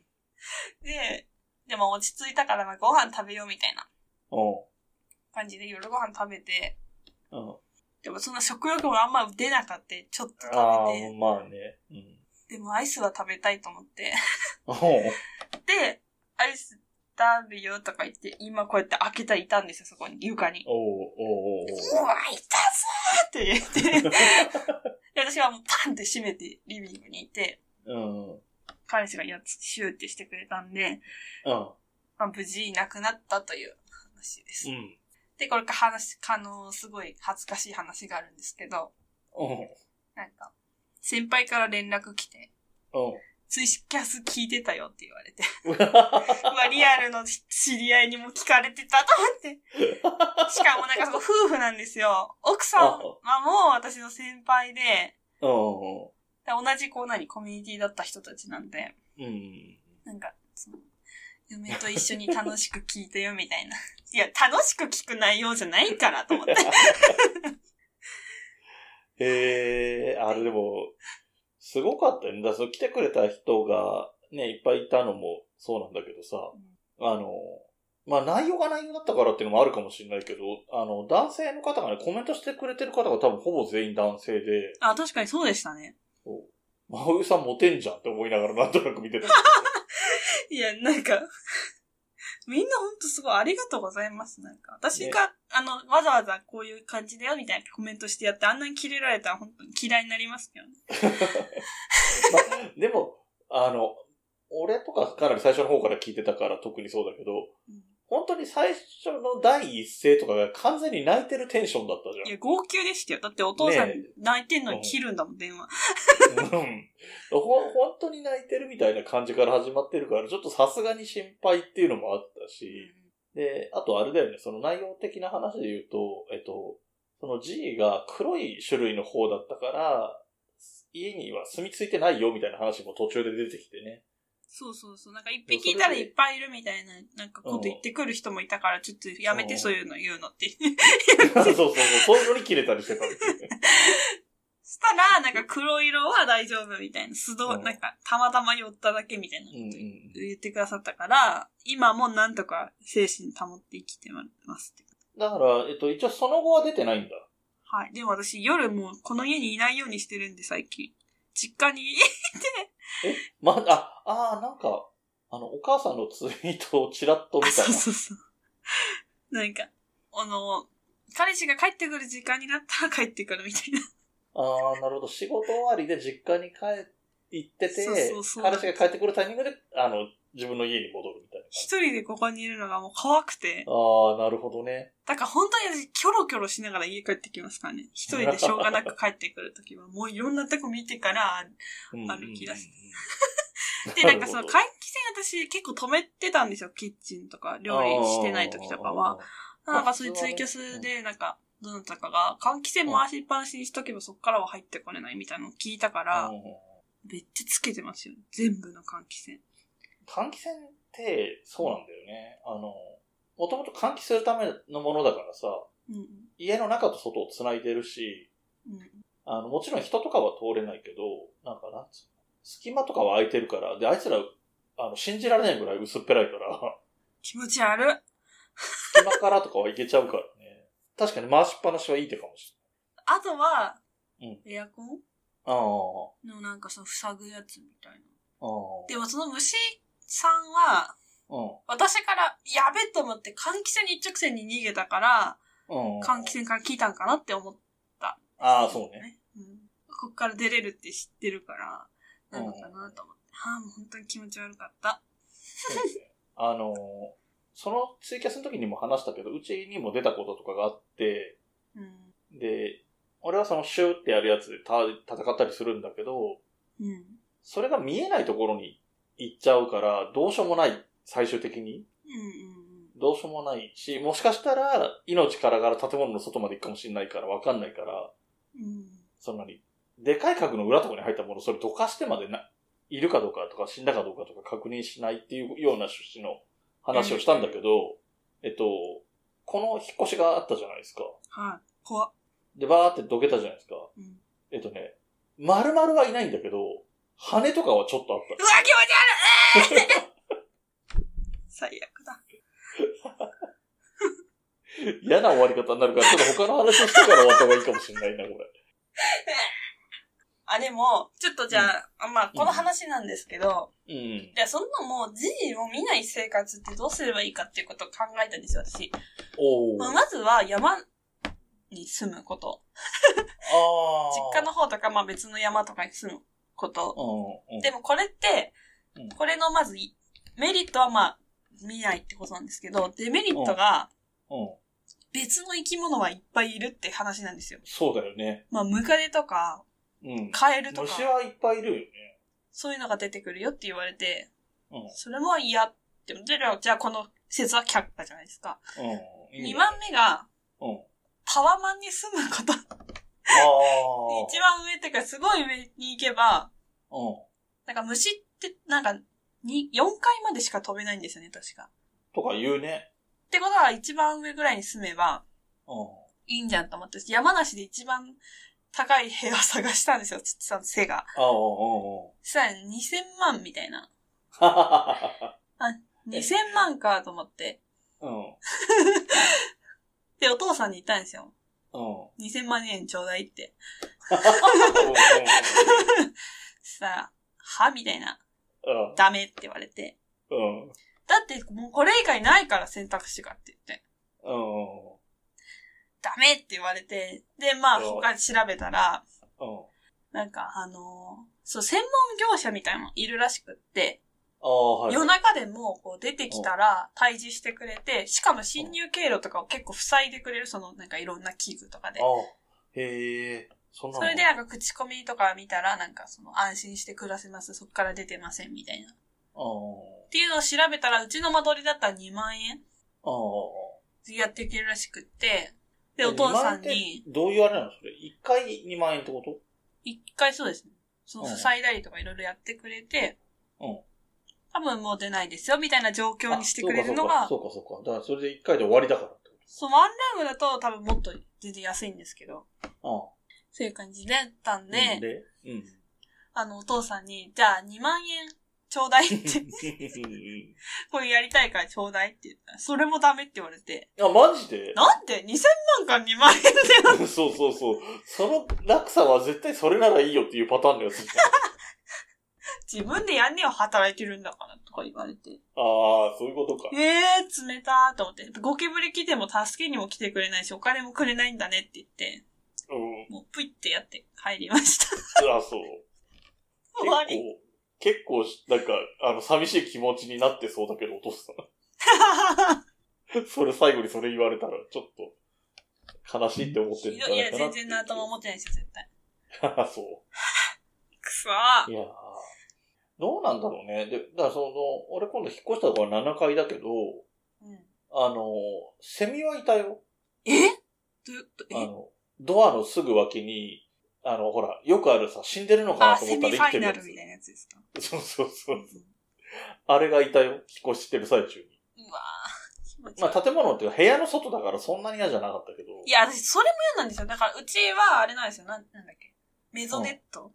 い。
で、でも落ち着いたから、まあご飯食べよう、みたいな
う
感じで夜ご飯食べて、
ん。うん。
でもそんな食欲もあんま出なかった。ちょっと
あ
食べて、
あ、まあね。うん。
でもアイスは食べたいと思って。
う
で、アイス食べようとか言って、今こうやって開けたらいたんですよ、そこに、床に。
ん。おうおうおう
うわ、いたぞーって言って、で私はもうパンって閉めてリビングにいて、
おう。うん。うん。
彼氏がやつ、シューってしてくれたんで、まあ、無事いなくなったという話です。
うん。
で、これか話、あの、すごい恥ずかしい話があるんですけど、
うん。
なんか、先輩から連絡来て、ツイキャス聞いてたよって言われ て。まあ、リアルの知り合いにも聞かれてたと思って。しかもなんかその夫婦なんですよ。奥様も私の先輩で、
う
同じこう何、コミュニティだった人たちなんで、
ん。うん。
なんか、その、嫁と一緒に楽しく聞いてよみたいな。 いや、楽しく聞く内容じゃないからと思って。
ええあれでも、すごかったよね。だからその来てくれた人がね、いっぱいいたのもそうなんだけどさ、あの、まあ、内容が内容だったからっていうのもあるかもしれないけど、あの、男性の方がね、コメントしてくれてる方が多分ほぼ全員男性で、
あ、確かにそうでしたね。
まおゆさんモテんじゃんって思いながらなんとなく見てた。
いや、なんか、みんなほんとすごいありがとうございます。なんか、私が、あの、わざわざこういう感じだよみたいなコメントしてやって、あんなにキレられたら本当に嫌いになりますけどね。
でも、あの、俺とかかなり最初の方から聞いてたから特にそうだけど、本当に最初の第一声とかが完全に泣いてるテンションだったじゃん
い。や、号泣でしたよ。だってお父さん
ね
泣いてんのに切るんだもん、電話。
うんほ、本当に泣いてるみたいな感じから始まってるから、ちょっとさすがに心配っていうのもあったし、で、あとあれだよね、その内容的な話で言うと、えっと、その G が黒い種類の方だったから、家には住み着いてないよみたいな話も途中で出てきて ね。
そうそうそう。なんか一匹いたらいっぱいいるみたいな、なんかこと言ってくる人もいたから、ちょっとやめ
う
て
ん
そういうの言うのって。
そうそうそう、そういうのに切れたりしてたんですよね。
したら、なんか黒色は大丈夫みたいな、素
う
通
ん
り、なんかたまたま寄っただけみたいなこと
うんう
言
ん
ってくださったから、今もなんとか精神保って生きてますって。
だから、えっと、一応その後は出てないんだ。
はい。でも私夜もうこの家にいないようにしてるんで最近。実家に。
ま、あ、あーなんか、あの、お母さんのツイートをチラッと見
あ、
た
そう
ら、
そうそう。なんか、あの、彼氏が帰ってくる時間になったら帰ってくるみたいな。
ああ、なるほど。仕事終わりで実家に帰行ってて、
そうそうそう
彼氏が帰ってくるタイミングで、あの、自分の家に戻るみたいな。
一人でここにいるのがもう怖くて。
ああ、なるほどね。
だから本当に私、キョロキョロしながら家帰ってきますからね。一人でしょうがなく帰ってくるときは、もういろんなとこ見てから、
うん
歩き出し。
う
で、なんかその
るほど
換気扇私結構止めてたんですよ。キッチンとか、料理してないときとかは。。
ー
なんかそういうツイキャスで、なんか、どなたかが換気扇回しっぱなしにしとけばそっからは入ってこれないみたいなのを聞いたか
あ
ら、
ー
めっちゃつけてますよ。全部の換気扇。
うん換気扇って、そうなんだよね。あの、もともと換気するためのものだからさ、
うん
家の中と外を繋いでるし、
うん。うん。
あの、もちろん人とかは通れないけど、なんかなんつうの隙間とかは空いてるから、で、あいつら、あの、信じられないぐらい薄っぺらいから、
気持ち悪い。
隙間からとかはいけちゃうからね。確かに回しっぱなしはいい手かもし
あとは、
うん
エアコン
れない。あ
のなんかその塞ぐやつみたいな。
あ。
でもその虫さんは、
あ
私から、やべえと思って、換気扇に一直線に逃げたから、
あ。うん。うん。
換気扇から聞いたんかなって思って、
ああ、そ うね。。
うん。こっから出れるって知ってるから、なのかなと思って。はあ、もう本当に気持ち悪かった。
そうねあのーそのツイキャスの時にも話したけど、うちにも出たこととかがあって、
うん。
で、俺はそのシューってやるやつでた戦ったりするんだけど、
うん。
それが見えないところに行っちゃうから、どうしようもない、最終的に。
うん
どうしようもないし、もしかしたら命からがら建物の外まで行くかもしれないから、わかんないから、
うんうん。うん。
そんなに、でかい家具の裏とかに入ったもの、それどかしてまでな、いるかどうかとか死んだかどうかとか確認しないっていうような趣旨の話をしたんだけど、えっと、この引っ越しがあったじゃないですか。
はい。怖っ。
で、バーってどけたじゃないですか。
うん。うわ、
えっとね、丸々はいないんだけど、羽とかはちょっとあっ
気持ち悪い えー最悪だ。
た。嫌な終わり方になるから、ちょっと他の話をしてから終わった方がいいかもしれないな、これ。
あ、でも、ちょっとじゃあ、あまあ、この話なんですけど、
うん。
じゃあ、そんなもう G を見ない生活ってどうすればいいかっていうことを考えたんですよ、私。
おー。
まあ
あ
まずは山に住むこと。
あー。
実家の方とか、まあ別の山とかに住むこと。
うん、うん。
でもこれって
うん、
これのまずいメリットはまあ見ないってことなんですけど、デメリットが
うん。
別の生き物はいっぱいいるって話なんですよ。
そうだよね。
まあムカデとか、
うん。
カエルとか。
虫はいっぱいいるよね。
そういうのが出てくるよって言われて、
うん。
それも嫌って。で、じゃあこの説は却下じゃないですか。
うん。いいね
2番目が、
うん。
タワマンに住むこと。
ああ。
一番上っていうか、すごい上に行けば、
うん。
なんか虫って、なんか、に、4階までしか飛べないんですよね、確か。
とか言うね。
ってことは、一番上ぐらいに住めば、
うん。
いいんじゃんと思って、山梨で一番高い部屋を探したんですよ、ちっちさんの背が。
ああ、うん、うん。
そしたら2000万みたいな。
はははは。
2000万かと思って。
うん。
で、お父さんに言ったんですよ。
うん。うん
2000万円ちょうだいって。そしたら、はみたいな。
うん。
ダメって言われて。
うん。
だって、もうこれ以外ないから選択肢がって言って。
うん。
ダメって言われて。で、まあ、
そう
他調べたら、
うん。
なんか、あのーそう、専門業者みたいなのいるらしくって、
ああ、はい。
夜中でも、こう、出てきたら、退治してくれて、しかも侵入経路とかを結構塞いでくれる、その、なんかいろんな器具とかで
あ。へえ。そんな
そ
の
れで、なんか、口コミとか見たら、なんか、その、安心して暮らせます、そっから出てません、みたいな。っ
う
ていうのを調べたら、うちの間取りだったら2万円
ん。うん。
やっていけるらしくって、で、お父さんに、。
どういうあれなのそれ。一回2万円ってこと
一回そうですね。その、
うん
塞いだりとかいろいろやってくれて、
うん。
多分もう出ないですよ、みたいな状況にしてくれるの
あ
が、
そうかそうか。そうかだからそれで一回で終わりだからってこ
そう、ワンルームだと多分もっと全然安いんですけど、
と。
そういう感じだったん
うん。
で、
で、うん。
あの、お父さんに、じゃあ2万円ちょうだいって、これやりたいからちょうだいって言ったらそれもダメって言われて、
あ、マジで
なんで ?2000 万から2万円で
そうそうそう。その落差は絶対それならいいよっていうパターンのやつ。
自分でやんねよ、働いてるんだからとか言われて。
ああ、そういうことか。
えー、冷たーと思って。ゴキブリ来ても助けにも来てくれないし、お金もくれないんだねって言って、
うん。
もうプイってやって帰りま した。
あそう。
終わり。
結構、結構、なんか、あの、寂しい気持ちになってそうだけど、お父さん。 それ最後にそれ言われたら、ちょっと、悲しいって思ってるん
ひ
じゃ
どいい
な
や、
いかな
全然何とも
っ
思ってないですよ、絶対。
て いう。あそう。
くそー。
いやーどうなんだろうね。で、だからその、俺今度引っ越したところは7階だけど、
うん、
あのー、セミはいたよ。
えどど
あ
え
の、ドアのすぐ脇に、あの、ほら、よくあるさ、死んでるの
あ
かなと思
セ
った
ミ
ら
ファ
生きて
イ
る
ナ
や
ルみたいなやつですか
つ。そうそうそうう。あれがいたよ。引っ越してる最中に。
わー気持ち
ま
悪い。
あ、建物っていうか部屋の外だからそんなに嫌じゃなかったけど。
いや、私、それも嫌なんですよ。だから、うちは、あれなんですよ。なん、なんだっけ。メゾネット。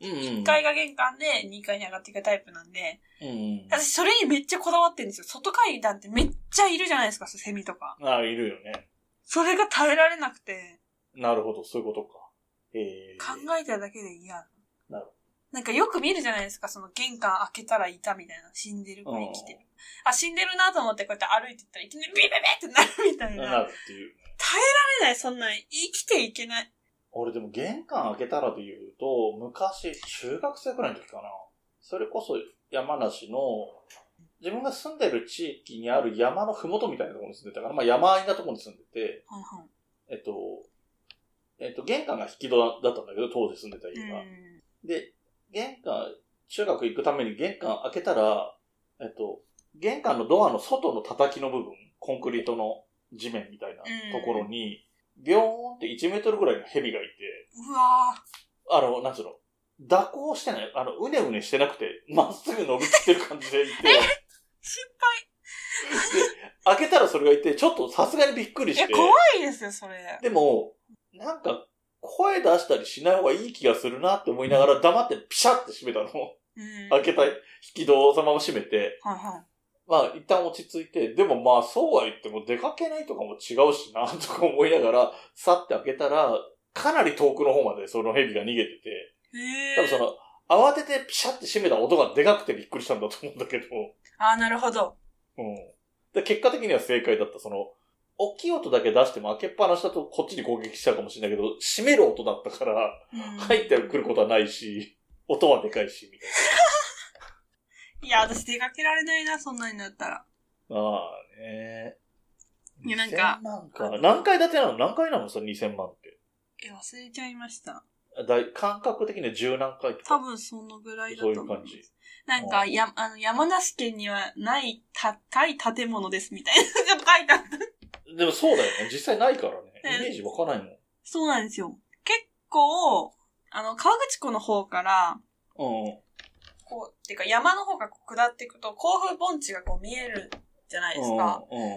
うん、うん。
1階が玄関で、2階に上がっていくタイプなんで、
うんうん。
私、それにめっちゃこだわってるんですよ。外階段ってめっちゃいるじゃないですか、そうセミとか。
ああ、いるよね。
それが耐えられなくて、
なるほど、そういうことか。ええ
考えただけで嫌。
なるほど
なんかよく見るじゃないですか、その玄関開けたらいたみたいな。死んでるか生きてる。あ、死んでるなと思ってこうやって歩いてったらいきなりビビビってなるみたいな。
な
耐
るっていう。
えられない、そんなに生きていけない。
俺でも玄関開けたらというと、昔、中学生くらいの時かな。それこそ山梨の、自分が住んでる地域にある山のふもとみたいなところに住んでたから、まあ山あいなところに住んでて、
はいはい。
えっと、えっと、玄関が引き戸だったんだけど、当時住んでた家が。
うん。
で、玄関、中学行くために玄関開けたら、えっと、玄関のドアの外の叩きの部分、コンクリートの地面みたいなところに、ビョーンって1メートルぐらいの蛇がいて、
うわぁ。
あの、なんつうの、蛇行してない、あの、うねうねしてなくて、まっすぐ伸びきってる感 じでいて、
心
開けたらそれがいて、ちょっとさすがにびっくり
配。いや、
して、
怖いですよ、それ。
でも、なんか、声出したりしない方がいい気がするなって思いながら黙ってピシャって閉めたの。
うん。
開けた
はい
引き戸をそのまま閉めて、
は
まあ一旦落ち着いて、でもまあそうは言っても出かけないとかも違うしなとか思いながら、さって開けたら、かなり遠くの方までその蛇が逃げてて、
い。へ
多分そ
ぇ
の、慌ててピシャって閉めた音がでかくてびっくりしたんだと思うんだけど、
あー、なるほど。
うん。で、結果的には正解だった。その、大きい音だけ出しても開けっぱなしだとこっちに攻撃しちゃうかもしれないけど、閉める音だったから、
は
入ってくることはないし、音はでかいし、みたい
いや、私出かけられないな、そんなになったら。
な。まあね。
いやなんか
2000万か。何階建てなの何階なのそれ2000万って。
え、忘れちゃいました。
だい感覚的には十何回とか。
多分そのぐらいだと思
そういう感じ
なんか、や、あの、山梨県にはない、た、い建物ですみたいな書いてあった。
でもそうだよね。実際ないからね。イ
ね
メージわかない
そうなんですよ。結構、あの、河口湖の方から、
もん。うん。
こう、てか山の方がこう下っていくと、甲府盆地がこう見えるじゃないですか。
うんうんうん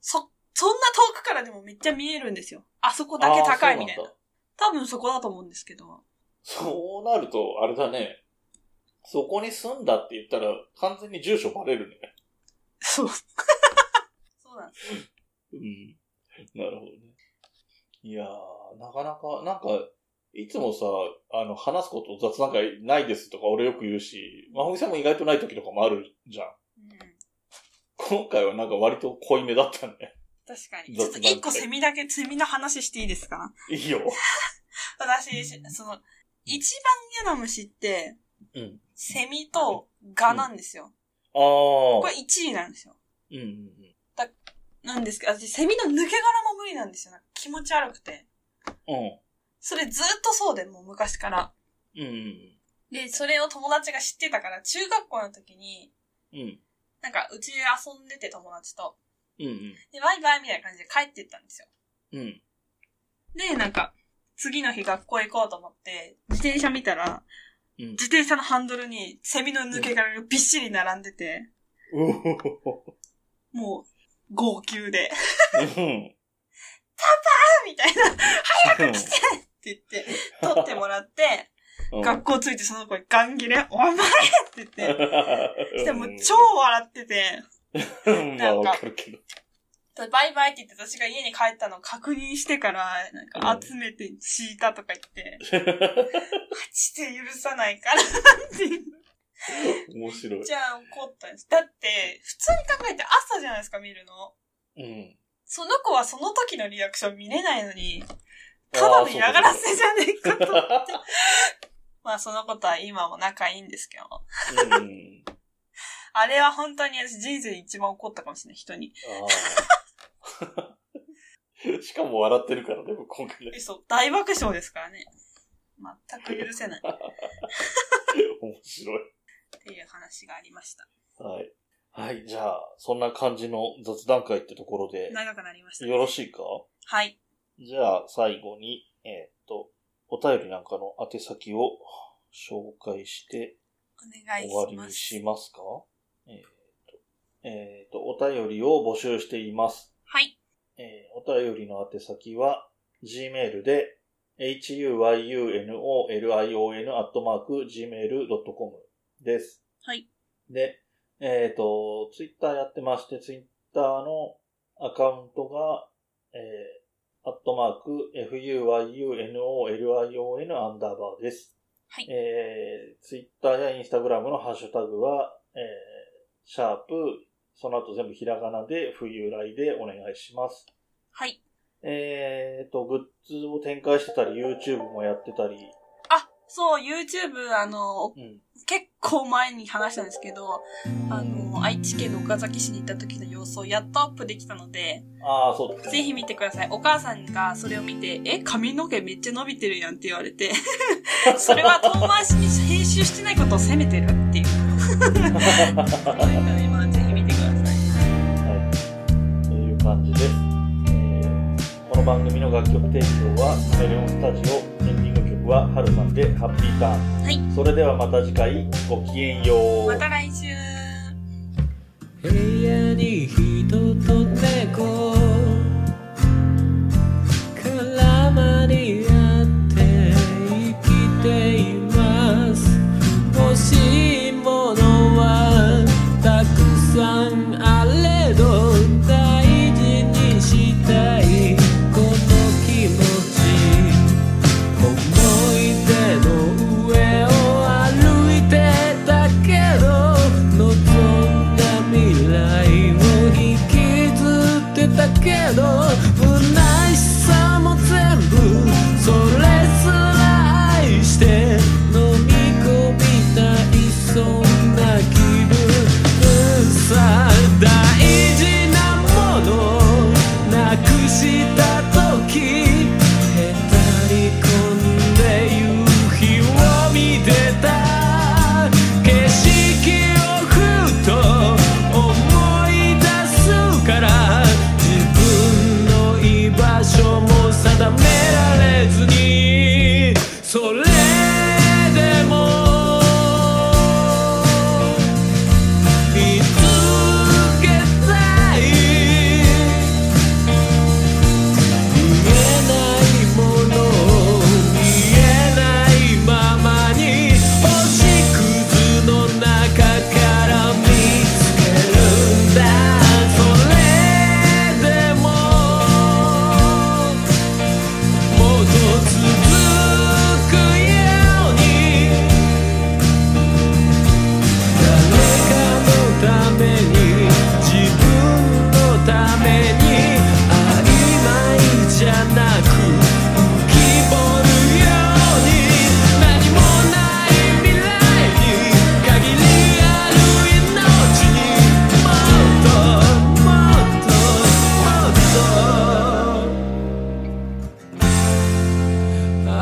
そ、そんな遠くからでもめっちゃ見えるんですよ。あそこだけ高いみたいな。
あー
多分そこだと思うんですけど。
そうなんだそうなると、あれだね。そこに住んだって言ったら、完全に住所バレるね。
そう。そうなんです。
うん。なるほどね。いやー、なかなか、なんか、いつもさ、あの、話すこと雑談会ないですとか俺よく言うし、まほみさんも意外とない時とかもあるじゃん。
うん。
今回はなんか割と濃いめだったね。
確かに。ちょっと
雑談会
一個セミだけ、セミの話していいですか
いいよ。
私、しその、一番嫌な虫って、
うん。
セミとガなんですよ。
あー。
これ1位なんですよ。
うんうん
なんですけど、私、セミの抜け殻も無理なんですよ。なんか気持ち悪くて。
うん。
それずっとそうで、もう昔から。
うん。うん
で、それを友達が知ってたから、中学校の時に、
うん。うん。
なんか、うちで遊んでて友達と。
うん
で、バイバイみたいな感じで帰ってったんですよ。
うん。うん。
で、なんか、次の日学校行こうと思って、自転車見たら、
うん
自転車のハンドルにセミの抜け殻がびっしり並んでて、
うお
もう、号泣で、
うん。
みたいな、
早く
来てって言って、取ってもらって、 学校着いてその子にガン切れ、お前って言って、してもう超笑ってて、
うんまあわかるけど。
バイバイって言って私が家に帰ったのを確認してから、なんか集めて敷いたとか言って、マジで許さないからって言っ
面白い。
ちゃ怒ったんです。だって、普通に考えて朝じゃないですか見るの。
うん。
その子はその時のリアクション見れないのに、ただの嫌がらせじゃねえかと思って。まあそのことは今も仲いいんですけど。
うん。
あれは本当に私人生で一番怒ったかもしれない、人に。
あー しかも笑ってるからね、今回ね。
そう、大爆笑ですからね。全く許せないっ
面白い。
ていう話がありました。
はい。はい、じゃあ、そんな感じの雑談会ってところで、
長くなりましたね、
よろしいか
はい。
じゃあ、最後に、えーっと、お便りなんかの宛先を紹介して
お願い
終わ
し
り
ま
に
す。
しますかえーっと、えーっと、お便りを募集しています。
はい。
えーお便りの宛先は、gmail で、huyunolion.gmail.com です。
はい。
で、えっ、と、ツイッターやってまして、ツイッターのアカウントが、えー、アットマーク、fuyunolion アンダーバーです。
はい
えー、ツイッターやインスタグラムのハッシュタグは、えー、シャープ、その後全部ひらがなで、冬来でお願いします。
はい。
えーと、グッズを展開してたり、YouTube もやってたり、
あ、そう、YouTube、あの、
うん。
結構前に話したんですけど、あの、愛知県の岡崎市に行った時の様子をやっとアップできたので、
ああ、そうですね。
ぜひ見てください。お母さんがそれを見て、え、髪の毛めっちゃ伸びてるやんって言われて、それは遠回しに編集してないことを責めてるっていう。そういうのでまあぜひ見てください。
はい、という感じです、えーこの番組の楽曲提供はカメレオンスタジオエンディング曲はハルさんでハッピーターン、
はい
それではまた次回ごきげんよう
また来週
部屋に人と猫絡まり合って生きています欲しいものはたくさんあれど大事にしたいこの気持ち思い出の上を歩いてたけど望んだ未来を引きずってた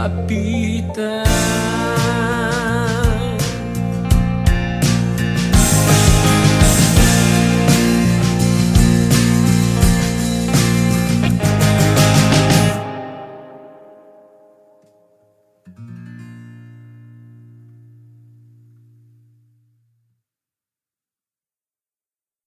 た